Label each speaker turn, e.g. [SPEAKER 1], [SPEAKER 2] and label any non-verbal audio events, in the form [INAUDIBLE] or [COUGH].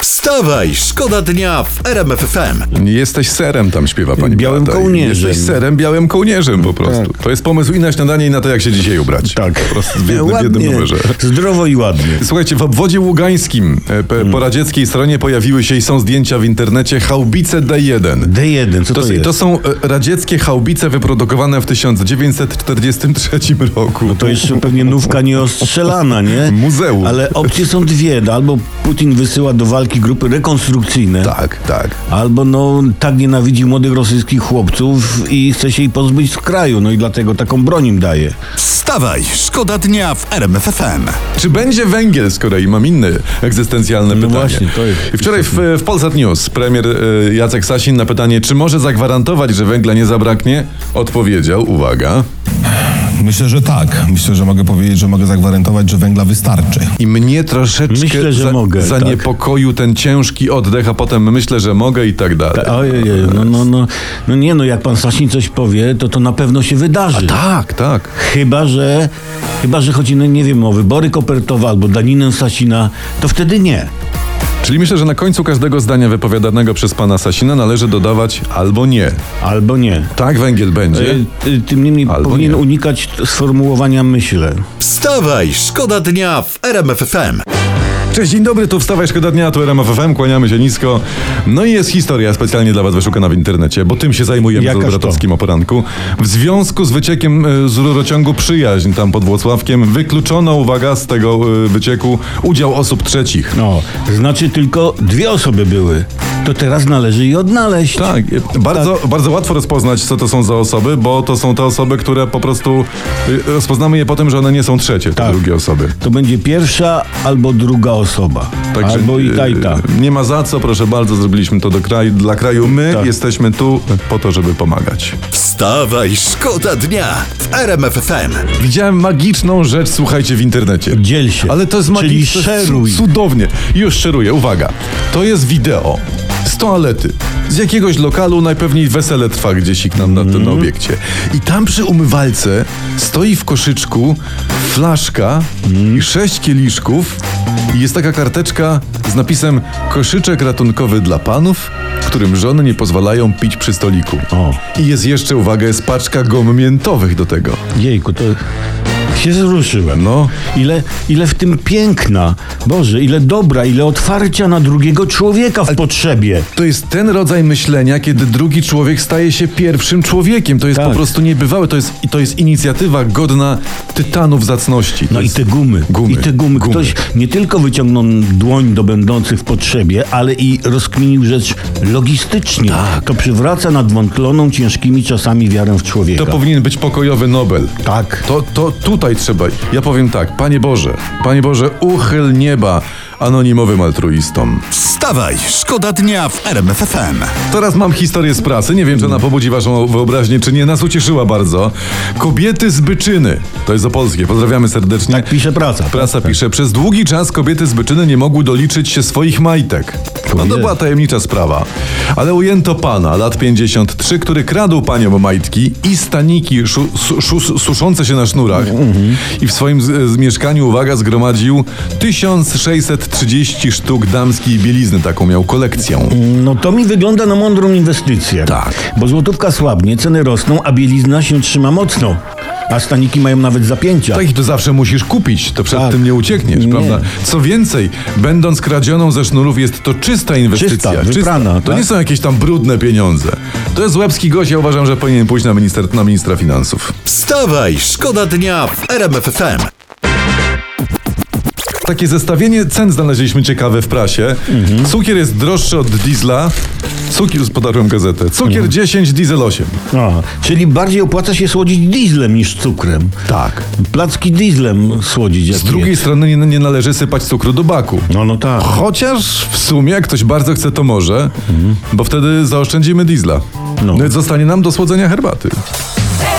[SPEAKER 1] Wstawaj, szkoda dnia w RMF FM.
[SPEAKER 2] Jesteś serem, tam śpiewa pani
[SPEAKER 3] Białym
[SPEAKER 2] Beata.
[SPEAKER 3] kołnierzem.
[SPEAKER 2] Jesteś serem, białym kołnierzem po prostu. To jest pomysł i na śniadanie, i na to, jak się dzisiaj ubrać.
[SPEAKER 3] Tak.
[SPEAKER 2] Po prostu w jednym, w jednym numerze.
[SPEAKER 3] Zdrowo i ładnie.
[SPEAKER 2] Słuchajcie, w obwodzie ługańskim e, pe-
[SPEAKER 3] Mm.
[SPEAKER 2] po radzieckiej stronie pojawiły się i są zdjęcia w internecie haubice D1.
[SPEAKER 3] D1, co to,
[SPEAKER 2] To,
[SPEAKER 3] jest?
[SPEAKER 2] to są e, radzieckie haubice wyprodukowane w 1943 roku.
[SPEAKER 3] No To jest pewnie nówka nieostrzelana, nie?
[SPEAKER 2] [LAUGHS] Muzeum.
[SPEAKER 3] Ale opcje są dwie. No, Albo Putin wysyła do walki grupy rekonstrukcyjne,
[SPEAKER 2] Tak, tak.
[SPEAKER 3] albo no tak nienawidzi młodych rosyjskich chłopców i chce się ich pozbyć z kraju, no i dlatego taką broń im daje.
[SPEAKER 1] Wstawaj, szkoda dnia w RMF FM.
[SPEAKER 2] Czy będzie węgiel z Korei? Mam inne egzystencjalne pytanie.
[SPEAKER 3] No właśnie, to jest-
[SPEAKER 2] I Wczoraj w, w Polsat News premier e, Jacek Sasin na pytanie, czy może zagwarantować, że węgla nie zabraknie, odpowiedział, uwaga,
[SPEAKER 4] Myślę, że tak. Myślę, że mogę powiedzieć, że mogę zagwarantować, że węgla wystarczy.
[SPEAKER 2] i mnie troszeczkę
[SPEAKER 3] Myślę, że
[SPEAKER 2] za,
[SPEAKER 3] mogę, tak.
[SPEAKER 2] zaniepokoił ten ciężki oddech, a potem myślę, że mogę i tak dalej.
[SPEAKER 3] Ojej, no, no, no, no nie no, jak pan Sasin coś powie, to to na pewno się wydarzy.
[SPEAKER 2] Tak, tak.
[SPEAKER 3] Chyba, że, chyba, że chodzi, no nie wiem, o wybory kopertowe albo daninę Sasina, to wtedy nie.
[SPEAKER 2] Czyli myślę, że na końcu każdego zdania wypowiadanego przez pana Sasina należy dodawać albo nie.
[SPEAKER 3] Albo nie.
[SPEAKER 2] Tak, węgiel będzie.
[SPEAKER 3] Y, y, Tym niemniej
[SPEAKER 2] Albo
[SPEAKER 3] powinien
[SPEAKER 2] nie.
[SPEAKER 3] unikać t- sformułowania myślę.
[SPEAKER 1] Wstawaj, szkoda dnia w RMF FM.
[SPEAKER 2] Cześć, dzień dobry, tu Wstawaj Szkoda Dnia, tu RMF FM, kłaniamy się nisko. No i jest historia specjalnie dla was wyszukana w internecie, bo tym się zajmujemy
[SPEAKER 3] Jakaż
[SPEAKER 2] z
[SPEAKER 3] to?
[SPEAKER 2] Obratowskim o poranku. W związku z wyciekiem e, z rurociągu Przyjaźń tam pod Włocławkiem wykluczono, uwaga, z tego e, wycieku udział osób trzecich.
[SPEAKER 3] No, znaczy tylko dwie osoby były. To teraz należy je odnaleźć.
[SPEAKER 2] Tak, e, bardzo, bardzo łatwo rozpoznać, co to są za osoby, bo to są te osoby, które po prostu e, rozpoznamy je po tym, że one nie są trzecie, te
[SPEAKER 3] Tak.
[SPEAKER 2] drugie osoby.
[SPEAKER 3] To będzie pierwsza albo druga osoba.
[SPEAKER 2] Także,
[SPEAKER 3] albo i ta i ta.
[SPEAKER 2] e, Nie ma za co, proszę bardzo, zrobiliśmy to do kraju, dla kraju. My
[SPEAKER 3] Tak.
[SPEAKER 2] jesteśmy tu po to, żeby pomagać.
[SPEAKER 1] Wstawaj, szkoda dnia w RMF FM.
[SPEAKER 2] Widziałem magiczną rzecz, słuchajcie, w internecie.
[SPEAKER 3] Dziel się.
[SPEAKER 2] Ale to jest
[SPEAKER 3] Czyli
[SPEAKER 2] magiczne.
[SPEAKER 3] szeruj.
[SPEAKER 2] cu- Cudownie. Już szeruję, uwaga. To jest wideo z toalety. Z jakiegoś lokalu, najpewniej wesele trwa gdzieś ich nam na tym
[SPEAKER 3] Mhm.
[SPEAKER 2] obiekcie. I tam przy umywalce stoi w koszyczku flaszka
[SPEAKER 3] Mhm.
[SPEAKER 2] i sześć kieliszków. I jest taka karteczka z napisem koszyczek ratunkowy dla panów, którym żony nie pozwalają pić przy stoliku.
[SPEAKER 3] O.
[SPEAKER 2] I jest jeszcze, uwaga, jest paczka gum miętowych do tego.
[SPEAKER 3] Jejku, to się wzruszyłem.
[SPEAKER 2] No.
[SPEAKER 3] Ile, ile w tym piękna. Boże, ile dobra, ile otwarcia na drugiego człowieka w potrzebie.
[SPEAKER 2] To jest ten rodzaj myślenia, kiedy drugi człowiek staje się pierwszym człowiekiem. To jest
[SPEAKER 3] Tak.
[SPEAKER 2] po prostu niebywałe. To jest, i to jest inicjatywa godna tytanów zacności. To
[SPEAKER 3] No i
[SPEAKER 2] jest-
[SPEAKER 3] te gumy.
[SPEAKER 2] Gumy.
[SPEAKER 3] I te gumy.
[SPEAKER 2] Gumy.
[SPEAKER 3] Ktoś nie tylko wyciągnął dłoń do będących w potrzebie, ale i rozkminił rzecz logistycznie.
[SPEAKER 2] Tak.
[SPEAKER 3] To przywraca nadwątloną ciężkimi czasami wiarę w człowieka.
[SPEAKER 2] To powinien być pokojowy Nobel.
[SPEAKER 3] Tak.
[SPEAKER 2] To, to tutaj trzeba. Ja powiem tak, Panie Boże, Panie Boże, uchyl nieba anonimowym altruistom.
[SPEAKER 1] Wstawaj, szkoda dnia w RMF FM.
[SPEAKER 2] Teraz mam historię z prasy. Nie wiem,
[SPEAKER 3] No.
[SPEAKER 2] czy ona pobudzi waszą wyobraźnię, czy nie. Nas ucieszyła bardzo. Kobiety z Byczyny. To jest opolskie. Pozdrawiamy serdecznie.
[SPEAKER 3] Tak pisze praca.
[SPEAKER 2] Prasa pisze, przez długi czas kobiety z Byczyny nie mogły doliczyć się swoich majtek. No to
[SPEAKER 3] Ojej.
[SPEAKER 2] była tajemnicza sprawa. Ale ujęto pana, lat 53, który kradł paniom majtki i staniki szu, su, su, suszące się na sznurach. I w swoim z, z mieszkaniu, uwaga, zgromadził 1630 sztuk damskiej bielizny. Taką miał kolekcję.
[SPEAKER 3] No to mi wygląda na mądrą inwestycję.
[SPEAKER 2] Tak.
[SPEAKER 3] Bo złotówka słabnie, ceny rosną, a bielizna się trzyma mocno. A staniki mają nawet zapięcia.
[SPEAKER 2] Tak, i to zawsze musisz kupić, to przed
[SPEAKER 3] Tak.
[SPEAKER 2] tym nie uciekniesz,
[SPEAKER 3] Nie.
[SPEAKER 2] prawda? Co więcej, będąc kradzioną ze sznurów jest to czysta inwestycja.
[SPEAKER 3] Czysta, wyprana,
[SPEAKER 2] To
[SPEAKER 3] tak?
[SPEAKER 2] nie są jakieś tam brudne pieniądze. To jest łebski gość, ja uważam, że powinien pójść na, minister, na ministra finansów.
[SPEAKER 1] Wstawaj, szkoda dnia w RMF FM.
[SPEAKER 2] Takie zestawienie cen znaleźliśmy ciekawe w prasie.
[SPEAKER 3] Mhm.
[SPEAKER 2] Cukier jest droższy od diesla. Cukier, podarłem gazetę. Cukier
[SPEAKER 3] Mhm.
[SPEAKER 2] 10, diesel 8.
[SPEAKER 3] A, czyli bardziej opłaca się słodzić dieslem niż cukrem.
[SPEAKER 2] Tak.
[SPEAKER 3] Placki dieslem słodzić. jak
[SPEAKER 2] Z drugiej strony nie, nie należy sypać cukru do baku.
[SPEAKER 3] nie. No, no tak.
[SPEAKER 2] Chociaż w sumie, jak ktoś bardzo chce, to może, bo wtedy zaoszczędzimy diesla. No.
[SPEAKER 3] No.
[SPEAKER 2] i Zostanie nam do słodzenia herbaty.
[SPEAKER 5] Hey!